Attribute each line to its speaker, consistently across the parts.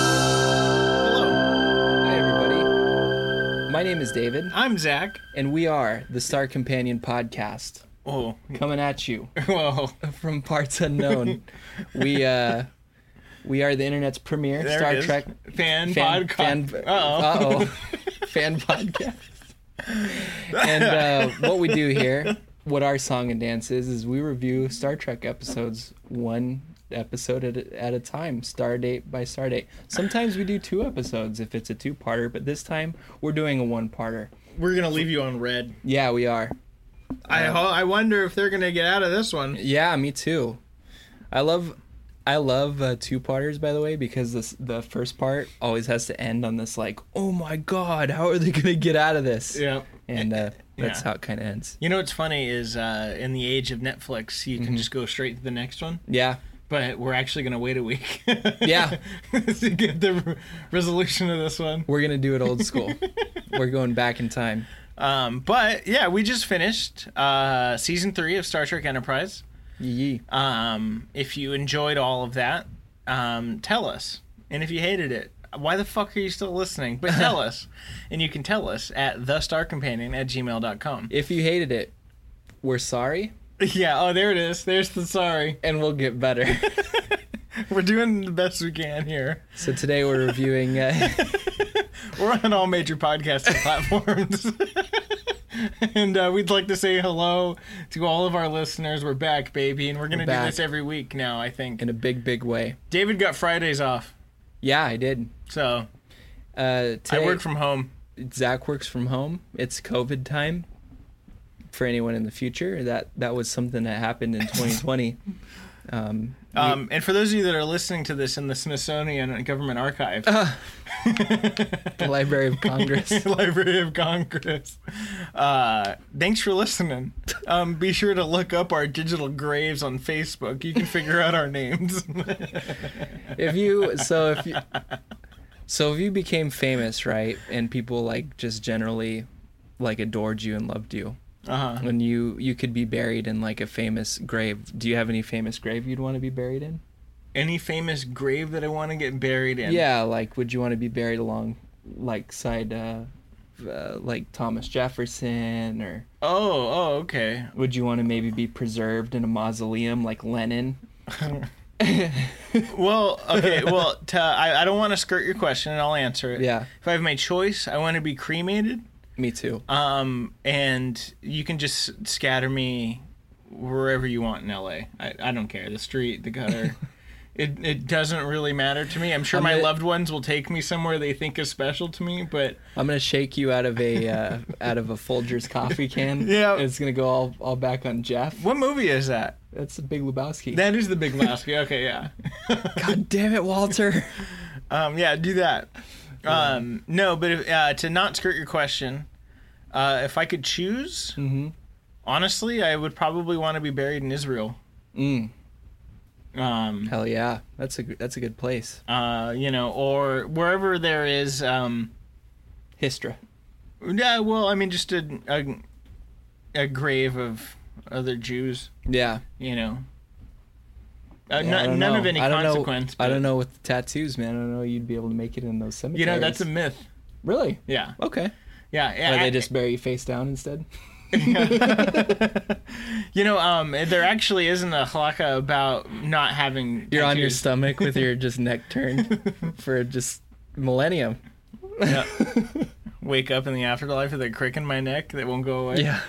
Speaker 1: Hello,
Speaker 2: Hi, everybody. My name is David,
Speaker 1: I'm Zach.
Speaker 2: and we are the Star Companion Podcast
Speaker 1: Oh,
Speaker 2: coming at you
Speaker 1: well,
Speaker 2: from parts unknown. we uh, we are the internet's premier
Speaker 1: there
Speaker 2: Star
Speaker 1: it is.
Speaker 2: Trek
Speaker 1: fan, podcast.
Speaker 2: uh
Speaker 1: Uh-oh.
Speaker 2: oh fan podcast. And uh, what we do here, what our song and dance is, is we review Star Trek episodes one episode at a, at a time, star date by star date. Sometimes we do two episodes if it's a two parter, but this time we're doing a one parter.
Speaker 1: We're gonna leave you on red. Uh,
Speaker 2: Yeah, we are.
Speaker 1: I ho- I wonder if they're gonna get out of this one.
Speaker 2: Yeah, me too. I love I love uh, two parters by the way because this the first part always has to end on this like, "Oh my god, how are they going to get out of this?"
Speaker 1: Yeah.
Speaker 2: And uh, that's
Speaker 1: Yeah.
Speaker 2: how it kind of ends.
Speaker 1: You know what's funny is uh, in the age of Netflix, you can just go straight to the next one.
Speaker 2: Yeah.
Speaker 1: But we're actually gonna wait a week.
Speaker 2: Yeah.
Speaker 1: to get the re- resolution of this one.
Speaker 2: We're going to do it old school. We're going back in time.
Speaker 1: Um, but yeah, we just finished uh, season three of Star Trek Enterprise.
Speaker 2: Yee.
Speaker 1: Um, if you enjoyed all of that, um, tell us. And if you hated it, why the fuck are you still listening? But tell us. And you can tell us at thestarcompanion at gmail.com.
Speaker 2: If you hated it, we're sorry
Speaker 1: Yeah, oh, there it is. There's the sorry.
Speaker 2: and we'll get better.
Speaker 1: We're doing the best we can here.
Speaker 2: so today we're reviewing uh,
Speaker 1: We're on all major podcasting platforms. and uh, we'd like to say hello to all of our listeners. We're back, baby. And we're going to do
Speaker 2: back.
Speaker 1: this every week now, I think.
Speaker 2: in a big big way.
Speaker 1: David got Fridays off.
Speaker 2: Yeah, I did.
Speaker 1: So
Speaker 2: Uh, today,
Speaker 1: I work from home.
Speaker 2: Zach works from home. It's COVID time for anyone in the future. That that was something that happened in 2020.
Speaker 1: Um, and for those of you that are listening to this in the Smithsonian Government Archive,
Speaker 2: the Library of Congress.
Speaker 1: Library of Congress, uh, thanks for listening. Um, be sure to look up our digital graves on Facebook. You can figure out our names.
Speaker 2: If you so if you so if you became famous, right, and people like just generally like adored you and loved you. Uh-huh. When you you could be buried in like a famous grave. Do you have any famous grave you'd want to be buried in?
Speaker 1: Any famous grave that I want to get buried in?
Speaker 2: Yeah, like would you want to be buried along like side uh, uh like Thomas Jefferson or
Speaker 1: Oh, oh, okay.
Speaker 2: Would you want to maybe be preserved in a mausoleum like Lenin?
Speaker 1: Well, okay. Well, to, I, I don't want to skirt your question, and I'll answer it.
Speaker 2: Yeah.
Speaker 1: If I have my choice, I want to be cremated.
Speaker 2: Me too.
Speaker 1: Um, and you can just scatter me wherever you want in LA. I, I don't care. The street, the gutter. it it doesn't really matter to me. I'm sure
Speaker 2: I'm
Speaker 1: my
Speaker 2: gonna-
Speaker 1: loved ones will take me somewhere they think is special to me, but
Speaker 2: I'm gonna shake you out of a uh, out of a Folgers coffee can.
Speaker 1: Yeah.
Speaker 2: it's gonna go all, all back on Jeff.
Speaker 1: what movie is that?
Speaker 2: That's the Big Lebowski.
Speaker 1: That is the Big Lebowski. okay, yeah.
Speaker 2: God damn it, Walter.
Speaker 1: Um, yeah, do that. Um, no, but if, uh, to not skirt your question, uh, if I could choose,
Speaker 2: Mm-hmm.
Speaker 1: honestly, I would probably want to be buried in Israel. Um,
Speaker 2: Hell yeah, that's a that's a good place.
Speaker 1: uh, you know, or wherever there is. Um,
Speaker 2: Histra.
Speaker 1: yeah, well, I mean, just a, a a grave of other Jews.
Speaker 2: Yeah.
Speaker 1: You know,
Speaker 2: Yeah,
Speaker 1: uh,
Speaker 2: I
Speaker 1: no-
Speaker 2: don't
Speaker 1: none
Speaker 2: know.
Speaker 1: of any
Speaker 2: I don't know-
Speaker 1: consequence.
Speaker 2: I don't
Speaker 1: but,
Speaker 2: know with the tattoos, man. I don't know you'd be able to make it in those cemeteries.
Speaker 1: You know, that's a myth.
Speaker 2: really
Speaker 1: Yeah,
Speaker 2: okay.
Speaker 1: yeah, yeah.
Speaker 2: Or Oh.
Speaker 1: I-
Speaker 2: they just bury you face down instead.
Speaker 1: You know, um, there actually isn't a halakha about not having.
Speaker 2: You're on your
Speaker 1: tattoos.
Speaker 2: stomach with your just neck turned for just millennium.
Speaker 1: Wake up in the afterlife with a crick in my neck that won't go away.
Speaker 2: Yeah.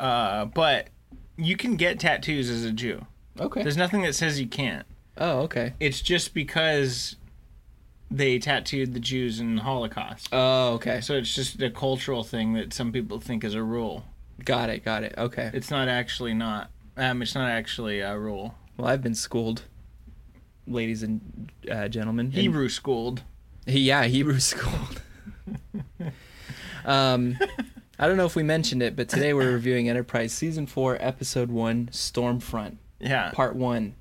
Speaker 1: Uh, but you can get tattoos as a Jew.
Speaker 2: Okay.
Speaker 1: There's nothing that says you can't.
Speaker 2: oh, okay.
Speaker 1: It's just because they tattooed the Jews in the Holocaust.
Speaker 2: Oh, okay.
Speaker 1: So it's just a cultural thing that some people think is a rule.
Speaker 2: Got it. Got it. Okay.
Speaker 1: It's not actually not. Um, it's not actually a rule.
Speaker 2: Well, I've been schooled, ladies and uh, gentlemen. And-
Speaker 1: Hebrew schooled.
Speaker 2: He- yeah, Hebrew schooled. um, I don't know if we mentioned it, but today we're reviewing Enterprise Season 4, Episode 1, Stormfront,
Speaker 1: Yeah.
Speaker 2: Part 1.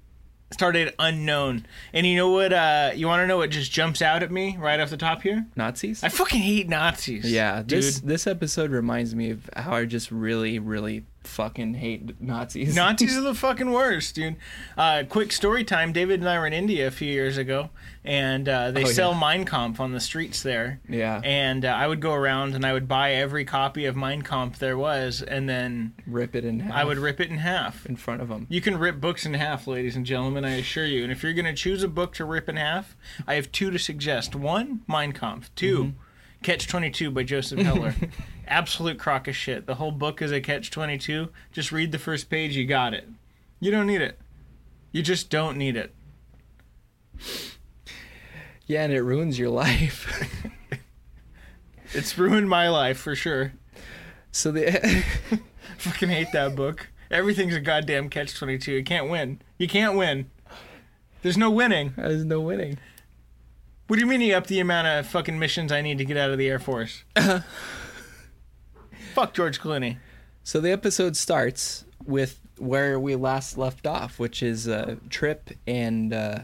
Speaker 1: started unknown. And you know what? Uh, you want to know what just jumps out at me right off the top here?
Speaker 2: Nazis?
Speaker 1: I fucking hate Nazis.
Speaker 2: yeah,
Speaker 1: dude.
Speaker 2: this, this episode reminds me of how I just really, really fucking hate Nazis.
Speaker 1: Nazis are the fucking worst, dude. Uh, quick story time. David and I were in India a few years ago, and uh, they
Speaker 2: Oh, yeah.
Speaker 1: sell Mein Kampf on the streets there.
Speaker 2: Yeah.
Speaker 1: And uh, I would go around and I would buy every copy of Mein Kampf there was, and then
Speaker 2: Rip it in half
Speaker 1: I would rip it in half.
Speaker 2: in front of them.
Speaker 1: You can rip books in half, ladies and gentlemen, I assure you. And if you're going to choose a book to rip in half, I have two to suggest. One, Mein Kampf. 2 Catch 22 by Joseph Heller. Absolute crock of shit. The whole book is a catch 22. Just read the first page, you got it. You don't need it. You just don't need it.
Speaker 2: Yeah, and it ruins your life.
Speaker 1: It's ruined my life for sure.
Speaker 2: so the
Speaker 1: Fucking hate that book. Everything's a goddamn catch 22. You can't win. You can't win. There's no winning.
Speaker 2: there's no winning.
Speaker 1: What do you mean you up the amount of fucking missions I need to get out of the Air Force? Fuck George Clooney.
Speaker 2: So the episode starts with where we last left off, which is uh, Trip and uh,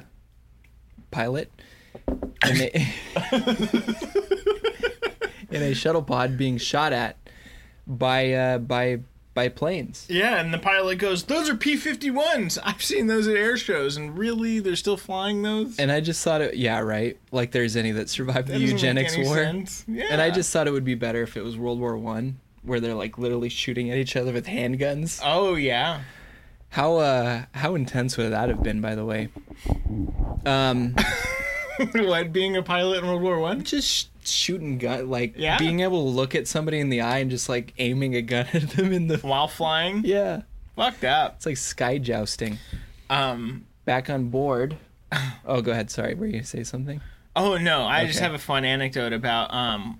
Speaker 2: Pilot in a, in a shuttle pod being shot at by uh, by by planes.
Speaker 1: Yeah, and the pilot goes, "Those are P-51s. I've seen those at air shows, and really, they're still flying those."
Speaker 2: And I just thought it, yeah, right. Like there's any that survived the
Speaker 1: doesn't make
Speaker 2: eugenics
Speaker 1: any
Speaker 2: war.
Speaker 1: sense.
Speaker 2: And I
Speaker 1: Yeah.
Speaker 2: just thought it would be better if it was World War One, where they're like literally shooting at each other with handguns.
Speaker 1: oh yeah,
Speaker 2: How uh how intense would that have been, by the way? Um.
Speaker 1: what being a pilot in World War One?
Speaker 2: just sh- shooting gun like
Speaker 1: Yeah.
Speaker 2: being able to look at somebody in the eye and just like aiming a gun at them in the
Speaker 1: While flying,
Speaker 2: yeah
Speaker 1: fuck that.
Speaker 2: it's like sky jousting
Speaker 1: Um.
Speaker 2: back on board oh go ahead sorry were you gonna say something
Speaker 1: Oh no, I just
Speaker 2: Okay.
Speaker 1: have a fun anecdote about um,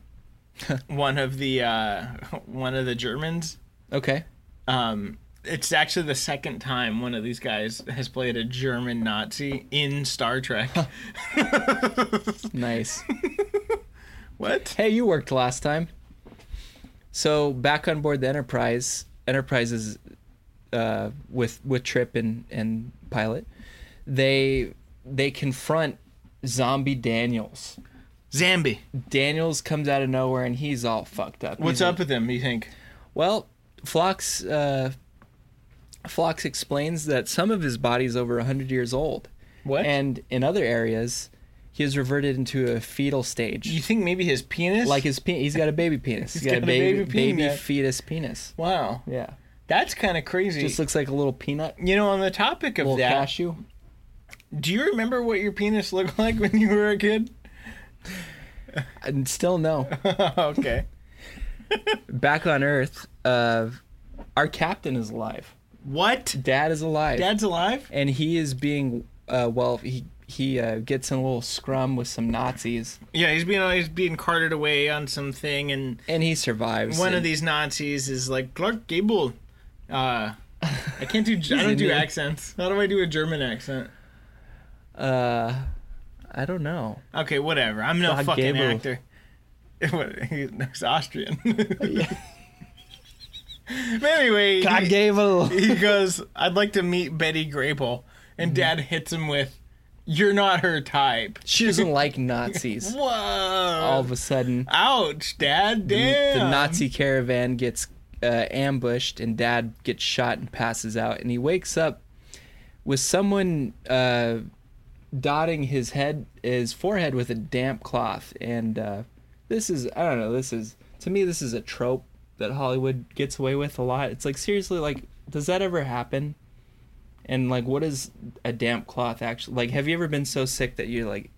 Speaker 1: one of the uh, one of the Germans.
Speaker 2: okay
Speaker 1: Um, it's actually the second time one of these guys has played a German Nazi in Star Trek.
Speaker 2: nice
Speaker 1: what?
Speaker 2: hey you worked last time so back on board the enterprise enterprise is uh with with trip and and pilot they they confront zombie daniels
Speaker 1: Zambi.
Speaker 2: daniels comes out of nowhere and he's all fucked up
Speaker 1: What's
Speaker 2: He's a-
Speaker 1: up with him, you think?
Speaker 2: Well, Flox uh, Flox explains that some of his body is over 100 years old.
Speaker 1: What?
Speaker 2: And in other areas, he has reverted into a fetal stage.
Speaker 1: You think maybe his penis?
Speaker 2: like his pe- he's got a baby penis. he's
Speaker 1: got a baby penis.
Speaker 2: fetus penis.
Speaker 1: wow.
Speaker 2: Yeah.
Speaker 1: That's kind of crazy.
Speaker 2: Just looks like a little peanut,
Speaker 1: you know, on the topic of
Speaker 2: little
Speaker 1: that,
Speaker 2: cashew.
Speaker 1: do you remember what your penis looked like when you were a kid?
Speaker 2: And still no.
Speaker 1: okay.
Speaker 2: Back on Earth, uh, our captain is alive.
Speaker 1: What?
Speaker 2: Dad is alive.
Speaker 1: Dad's alive?
Speaker 2: and he is being uh, well, he he uh, gets in a little scrum with some Nazis,
Speaker 1: Yeah, he's being he's being carted away on something, and
Speaker 2: and he survives.
Speaker 1: one
Speaker 2: and-
Speaker 1: of these Nazis is like Clark Gable. Uh, I can't do. I don't do
Speaker 2: Indian.
Speaker 1: accents. How do I do a German accent?
Speaker 2: Uh, I don't know.
Speaker 1: Okay, whatever. I'm no
Speaker 2: Clark
Speaker 1: fucking
Speaker 2: Gable.
Speaker 1: actor. What, He's Austrian. But anyway,
Speaker 2: God
Speaker 1: he-
Speaker 2: Gable.
Speaker 1: he goes, I'd like to meet Betty Grable. And
Speaker 2: Mm-hmm.
Speaker 1: dad hits him with, You're not her type.
Speaker 2: She doesn't like Nazis.
Speaker 1: Whoa.
Speaker 2: All of a sudden,
Speaker 1: Ouch, dad. Damn.
Speaker 2: the Nazi caravan gets uh, ambushed, and Dad gets shot and passes out, and he wakes up with someone uh, dotting his head, his forehead with a damp cloth, and uh, this is I don't know, this is to me this is a trope that Hollywood gets away with a lot. It's like seriously, like does that ever happen? And like, what is a damp cloth actually like? Have you ever been so sick that you're like,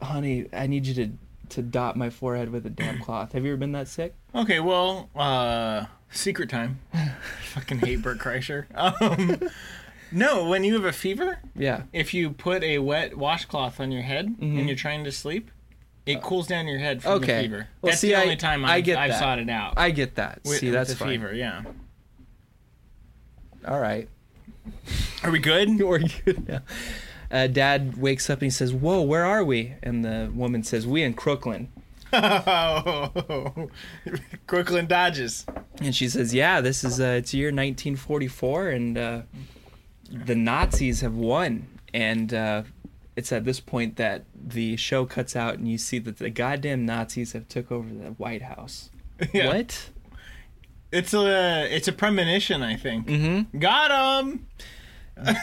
Speaker 2: honey, I need you to to dot my forehead with a damp cloth. Have you ever been that sick?
Speaker 1: Okay, well, uh, secret time. Fucking hate Bert Kreischer. Um, no, when you have a fever,
Speaker 2: Yeah.
Speaker 1: if you put a wet washcloth on your head and you're trying to sleep, it cools down your head from the
Speaker 2: Mm-hmm. Okay.
Speaker 1: fever.
Speaker 2: Well,
Speaker 1: That's
Speaker 2: see,
Speaker 1: the
Speaker 2: I-
Speaker 1: only time
Speaker 2: I
Speaker 1: I,
Speaker 2: get
Speaker 1: I've
Speaker 2: that.
Speaker 1: sought it out.
Speaker 2: I get that.
Speaker 1: with-
Speaker 2: See,
Speaker 1: with
Speaker 2: that's
Speaker 1: the
Speaker 2: fine.
Speaker 1: fever, yeah.
Speaker 2: All right.
Speaker 1: Are we good?
Speaker 2: We're good now. Uh, Dad wakes up and he says, "Whoa, where are we?" And the woman says, "We in Crooklyn."
Speaker 1: Oh, Crooklyn Dodges.
Speaker 2: And she says, "Yeah, this is uh, it's year 1944, and uh, the Nazis have won." And uh, it's at this point that the show cuts out, and you see that the goddamn Nazis have took over the White House.
Speaker 1: Yeah.
Speaker 2: What?
Speaker 1: It's a it's a premonition, I think. Mm-hmm. Got him.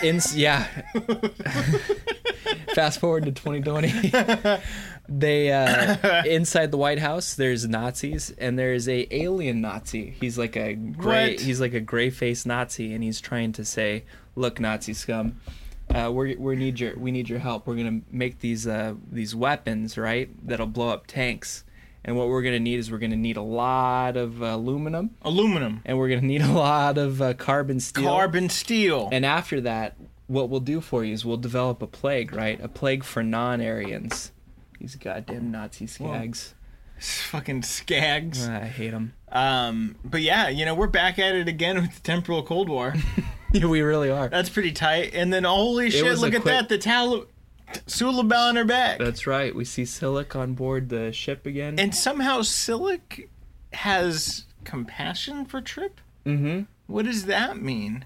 Speaker 2: In, yeah. Fast forward to 2020. they uh, inside the White House. There's Nazis and there's a alien Nazi. He's like a gray.
Speaker 1: What?
Speaker 2: He's like a gray faced Nazi, and he's trying to say, "Look, Nazi scum, uh, we we need your we need your help. We're gonna make these uh, these weapons right that'll blow up tanks." And what we're gonna need is we're gonna need a lot of aluminum,
Speaker 1: Aluminum,
Speaker 2: and we're gonna need a lot of uh, carbon steel.
Speaker 1: carbon steel.
Speaker 2: And after that, what we'll do for you is we'll develop a plague, right? A plague for non-Aryans. These goddamn Nazi skags. Ah,
Speaker 1: fucking skags.
Speaker 2: I hate them.
Speaker 1: Um, but yeah, you know, we're back at it again with the temporal Cold War.
Speaker 2: Yeah, we really are.
Speaker 1: That's pretty tight. And then holy shit,
Speaker 2: was
Speaker 1: look
Speaker 2: a
Speaker 1: at
Speaker 2: quick-
Speaker 1: that. The towel Sula Bell on her back.
Speaker 2: That's right. We see Silic on board the ship again.
Speaker 1: And somehow Silic has compassion for Trip? Mm-hmm. What does that mean?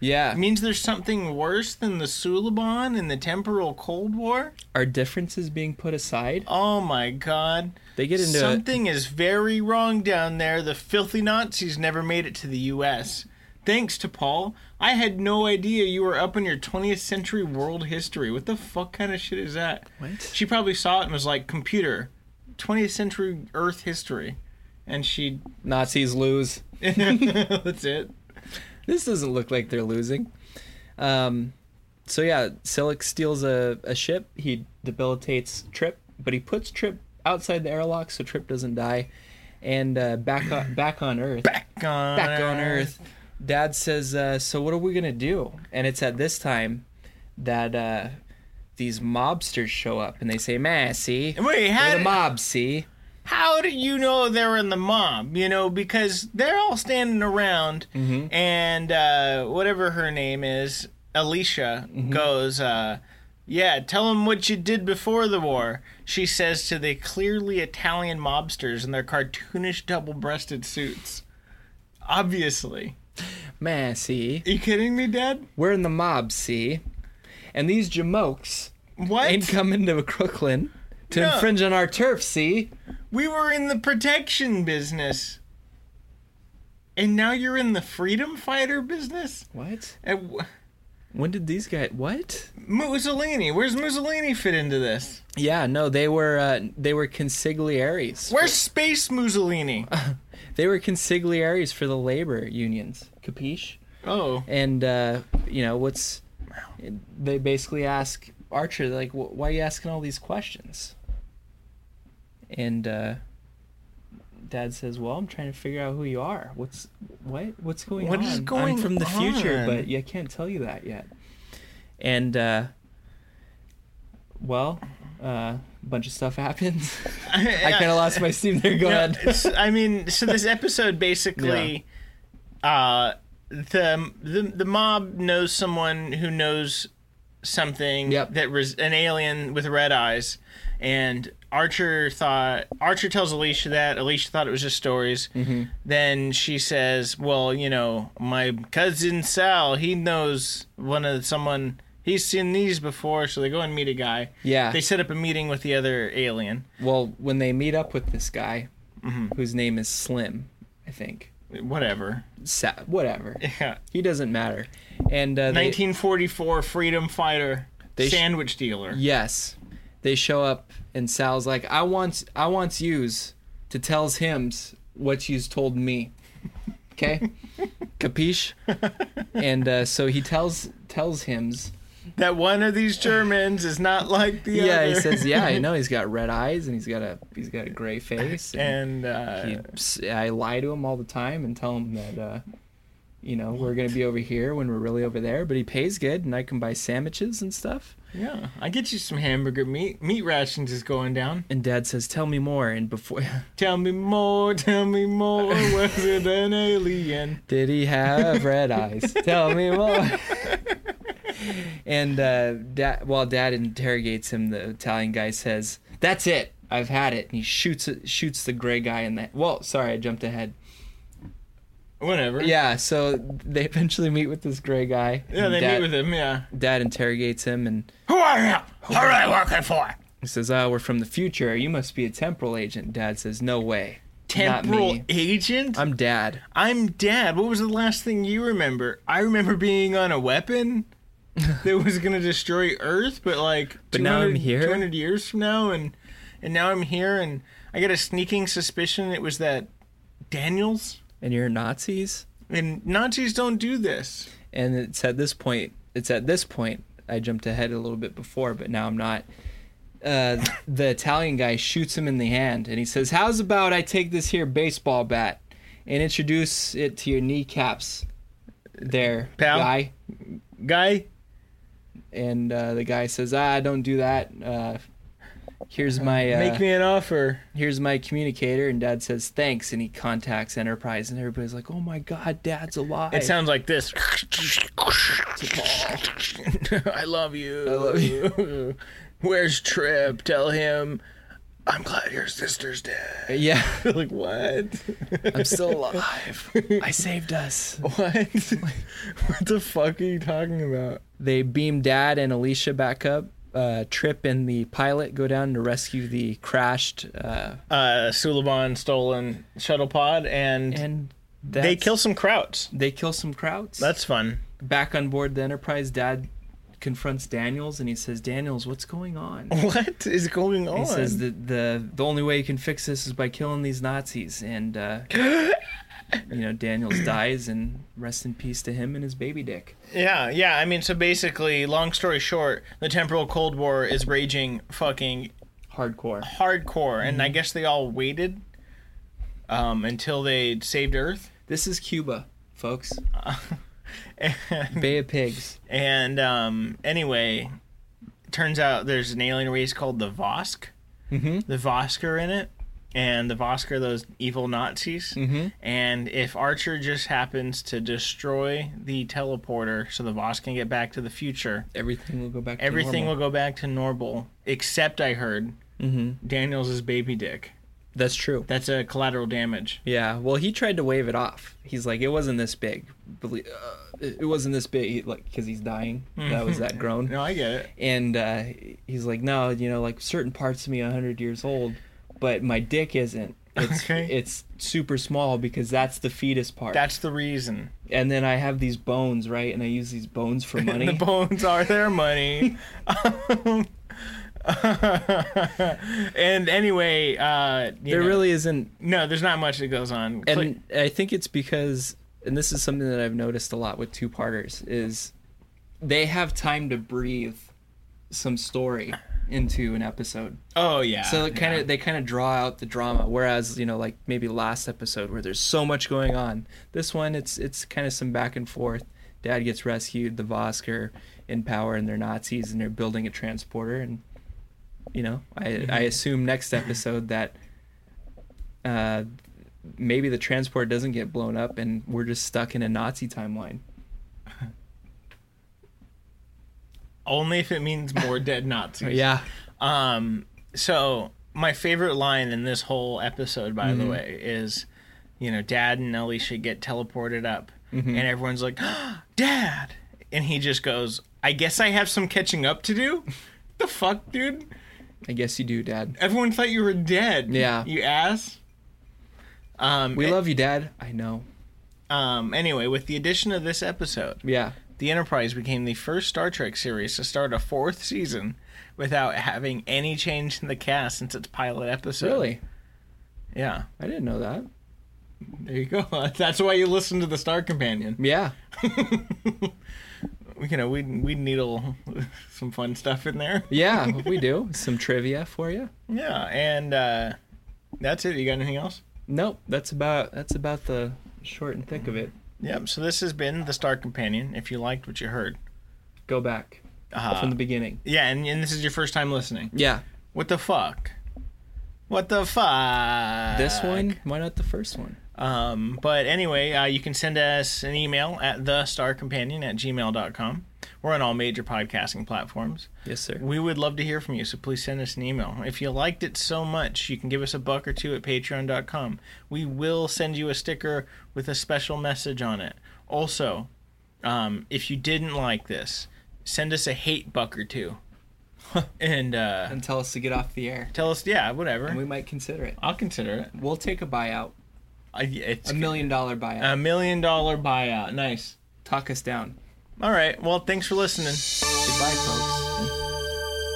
Speaker 2: yeah.
Speaker 1: It means there's something worse than the Suliban and the temporal Cold War?
Speaker 2: Are differences being put aside?
Speaker 1: Oh my god.
Speaker 2: They get into it.
Speaker 1: Something is very wrong down there. The filthy Nazis never made it to the U.S. Thanks to Paul. I had no idea you were up in your 20th century world history. What the fuck kind of shit is that?
Speaker 2: What?
Speaker 1: She probably saw it and was like, computer, 20th century Earth history. And she.
Speaker 2: Nazis lose.
Speaker 1: That's it.
Speaker 2: This doesn't look like they're losing. Um, so yeah, Silic steals a, a ship. He debilitates Trip, but he puts Trip outside the airlock so Trip doesn't die. And uh, back on back on Earth.
Speaker 1: Gone.
Speaker 2: back on Earth. Dad says, uh, "So what are we gonna do?" And it's at this time that uh, these mobsters show up and they say, "Massey,
Speaker 1: Wait, how
Speaker 2: we're the
Speaker 1: did-
Speaker 2: mob, see?"
Speaker 1: how do you know they're in the mob? You know, because they're all standing around,
Speaker 2: Mm-hmm.
Speaker 1: and uh, whatever her name is, Alicia
Speaker 2: Mm-hmm.
Speaker 1: goes, uh, "Yeah, tell them what you did before the war." She says to the clearly Italian mobsters in their cartoonish double-breasted suits. Obviously,
Speaker 2: Massey,
Speaker 1: are you kidding me, Dad?
Speaker 2: we're in the mob, see? And these jamokes
Speaker 1: What?
Speaker 2: ain't coming to Crooklyn to
Speaker 1: No.
Speaker 2: infringe on our turf, see?
Speaker 1: we were in the protection business, and now you're in the freedom fighter business.
Speaker 2: What?
Speaker 1: And wh-
Speaker 2: When did these guys? What?
Speaker 1: Mussolini. Where's Mussolini fit into this?
Speaker 2: Yeah, no, they were uh, they were consiglieres.
Speaker 1: Where's Space Mussolini?
Speaker 2: They were consiglieres for the labor unions. Capiche?
Speaker 1: Oh.
Speaker 2: and uh, you know what's they basically ask archer they're like "Wh- why are you asking all these questions and uh, dad says well i'm trying to figure out who you are what's what what's going
Speaker 1: What
Speaker 2: on
Speaker 1: is going
Speaker 2: i'm from the future
Speaker 1: on?"
Speaker 2: but yeah, I can't tell you that yet and uh, well uh, a bunch of stuff happens i kind of lost my steam there go ahead
Speaker 1: S- I mean, so this episode basically, uh, the, the the mob knows someone who knows something
Speaker 2: Yep.
Speaker 1: that was an alien with red eyes, and Archer thought Archer tells Alicia that Alicia thought it was just stories.
Speaker 2: Mm-hmm.
Speaker 1: Then she says, "Well, you know, my cousin Sal, he knows one of someone." He's seen these before, so they go and meet a guy.
Speaker 2: Yeah.
Speaker 1: They set up a meeting with the other alien.
Speaker 2: Well, when they meet up with this guy,
Speaker 1: Mm-hmm.
Speaker 2: whose name is Slim, I think.
Speaker 1: Whatever.
Speaker 2: Sa- whatever.
Speaker 1: Yeah.
Speaker 2: He doesn't matter. And uh, they-
Speaker 1: 1944 freedom fighter
Speaker 2: They sh-
Speaker 1: sandwich dealer.
Speaker 2: Yes. They show up and Sal's like, I want I wants yous to tells hims what yous told me. Okay? Capiche? and uh, so he tells tells hims
Speaker 1: That one of these Germans is not like the other.
Speaker 2: Yeah, he says, Yeah, I know he's got red eyes and he's got a he's got a gray face and,
Speaker 1: And uh,
Speaker 2: he- s- I lie to him all the time and tell him that uh you know, we're gonna be over here when we're really over there, but he pays good and I can buy sandwiches and stuff.
Speaker 1: yeah, I get you some hamburger meat. Meat rations is going down.
Speaker 2: And dad says, Tell me more and before
Speaker 1: Tell me more, tell me more. Was it an alien?
Speaker 2: Did he have red eyes? Tell me more. and uh, dad, while Dad interrogates him, the Italian guy says, "That's it. I've had it." And he shoots it, shoots the gray guy in the. Well, sorry, I jumped ahead.
Speaker 1: Whatever.
Speaker 2: Yeah, so they eventually meet with this gray guy.
Speaker 1: Yeah,
Speaker 2: and
Speaker 1: they
Speaker 2: dad,
Speaker 1: meet with him. Yeah.
Speaker 2: Dad interrogates him and
Speaker 1: Who are you? Who are I working for?
Speaker 2: he says, "Oh, we're from the future. You must be a temporal agent." Dad says, "No way. Not
Speaker 1: Temporal
Speaker 2: me.
Speaker 1: agent?
Speaker 2: I'm Dad."
Speaker 1: I'm dad. What was the last thing you remember? I remember being on a weapon that was going to destroy Earth, but like
Speaker 2: But now I'm here?
Speaker 1: 200 years from now and and now I'm here and I got a sneaking suspicion it was that Daniels
Speaker 2: And you're Nazis.
Speaker 1: and Nazis don't do this.
Speaker 2: and it's at this point it's at this point i jumped ahead a little bit before but now i'm not uh, the italian guy shoots him in the hand and he says how's about i take this here baseball bat and introduce it to your kneecaps there
Speaker 1: Pal.
Speaker 2: guy
Speaker 1: Guy,
Speaker 2: and uh, the guy says ah don't do that uh, here's my uh,
Speaker 1: make me an offer.
Speaker 2: here's my communicator and dad says thanks and he contacts enterprise and everybody's like oh my god dad's alive
Speaker 1: It sounds like this. I love you. I love you. Where's Trip? Tell him I'm glad your sister's dead.
Speaker 2: yeah
Speaker 1: like what?
Speaker 2: i'm still alive i saved us
Speaker 1: What? what the fuck are you talking about?
Speaker 2: they beam dad and alicia back up uh, trip and the pilot go down to rescue the crashed uh,
Speaker 1: Uh, Suliban stolen shuttle pod, and,
Speaker 2: and
Speaker 1: they
Speaker 2: that's-
Speaker 1: kill some Krauts.
Speaker 2: they kill some crowds
Speaker 1: That's fun.
Speaker 2: back on board the enterprise dad confronts daniels and he says daniels what's going on
Speaker 1: What is going on?
Speaker 2: he says that the the only way you can fix this is by killing these nazis and uh, you know daniels dies and rest in peace to him and his baby dick
Speaker 1: yeah, yeah. I mean, so basically, long story short, the temporal Cold War is raging fucking
Speaker 2: hardcore
Speaker 1: hardcore, and
Speaker 2: Mm-hmm.
Speaker 1: I guess they all waited um, until they saved Earth.
Speaker 2: this is cuba folks bay of pigs
Speaker 1: And um, anyway, turns out there's an alien race called the Vosk. Mm-hmm. The Vosk are in it, and the Vosk are those evil Nazis. Mm-hmm. And if Archer just happens to destroy the teleporter, so the Vosk can get back to the future,
Speaker 2: everything will go back to
Speaker 1: everything
Speaker 2: normal.
Speaker 1: will go back to normal. Except I heard Mm-hmm. Daniels' baby dick.
Speaker 2: That's true.
Speaker 1: That's a collateral damage.
Speaker 2: Yeah. Well, he tried to wave it off. He's like, it wasn't this big. Believe, uh, it it wasn't this big. He, like, because he's dying. That was that groan.
Speaker 1: No, I get it.
Speaker 2: And uh, he's like, no, you know, like certain parts of me are 100 years old, but my dick isn't. It's
Speaker 1: Okay.
Speaker 2: it's super small because that's the fetus part.
Speaker 1: That's the reason.
Speaker 2: and then I have these bones, right? And I use these bones for money.
Speaker 1: The bones are their money. Um, and anyway, uh, you
Speaker 2: there
Speaker 1: know-
Speaker 2: really isn't
Speaker 1: no, there's not much that goes on.
Speaker 2: and I think it's because, and this is something that I've noticed a lot with two parters, is they have time to breathe some story into an episode.
Speaker 1: oh yeah.
Speaker 2: So it kind of they kind of draw out the drama. Whereas you know, like maybe last episode where there's so much going on, this one it's it's kind of some back and forth. Dad gets rescued, the Vosker in power, and they're Nazis, and they're building a transporter. And you know, I I assume next episode that uh, maybe the transport doesn't get blown up, and we're just stuck in a Nazi timeline.
Speaker 1: only if it means more dead Nazis.
Speaker 2: Yeah.
Speaker 1: So my favorite line in this whole episode, by
Speaker 2: Mm-hmm.
Speaker 1: the way, is, you know, Dad and Ellie should get teleported up,
Speaker 2: Mm-hmm.
Speaker 1: and everyone's like, "Dad," and he just goes, "I guess I have some catching up to do." the fuck, dude!
Speaker 2: I guess you do, Dad.
Speaker 1: Everyone thought you were dead.
Speaker 2: Yeah.
Speaker 1: you ass. Um.
Speaker 2: We love you, Dad. I know.
Speaker 1: Um. Anyway, with the addition of this episode,
Speaker 2: Yeah.
Speaker 1: The Enterprise became the first Star Trek series to start a fourth season without having any change in the cast since its pilot episode.
Speaker 2: Really?
Speaker 1: Yeah.
Speaker 2: I didn't know that.
Speaker 1: There you go. That's why you listen to the Star Companion.
Speaker 2: Yeah.
Speaker 1: You know, we we needle some fun stuff in there.
Speaker 2: Yeah, we do. Some trivia for you.
Speaker 1: Yeah, and uh, that's it. You got anything else?
Speaker 2: Nope, that's about that's about the short and thick of it.
Speaker 1: Yep. So this has been the Star Companion. If you liked what you heard,
Speaker 2: Go back from the beginning.
Speaker 1: yeah, and, and this is your first time listening.
Speaker 2: Uh-huh. Yeah.
Speaker 1: What the fuck? What the fuck?
Speaker 2: This one, why not the first one?
Speaker 1: Um, but anyway, uh, you can send us an email at thestarcompanion at gmail.com. We're on all major podcasting platforms.
Speaker 2: Yes, sir.
Speaker 1: We would love to hear from you, so please send us an email. If you liked it so much, you can give us a buck or two at patreon.com. We will send you a sticker with a special message on it. Also, um, if you didn't like this, send us a hate buck or two. and uh,
Speaker 2: And tell us to get off the air.
Speaker 1: tell us, yeah, whatever.
Speaker 2: We might consider it.
Speaker 1: I'll consider it.
Speaker 2: We'll take a buyout,
Speaker 1: I, it's
Speaker 2: a million dollar buyout.
Speaker 1: a million dollar buyout. Nice.
Speaker 2: Talk us down.
Speaker 1: All right. Well, thanks for listening.
Speaker 2: Goodbye, folks.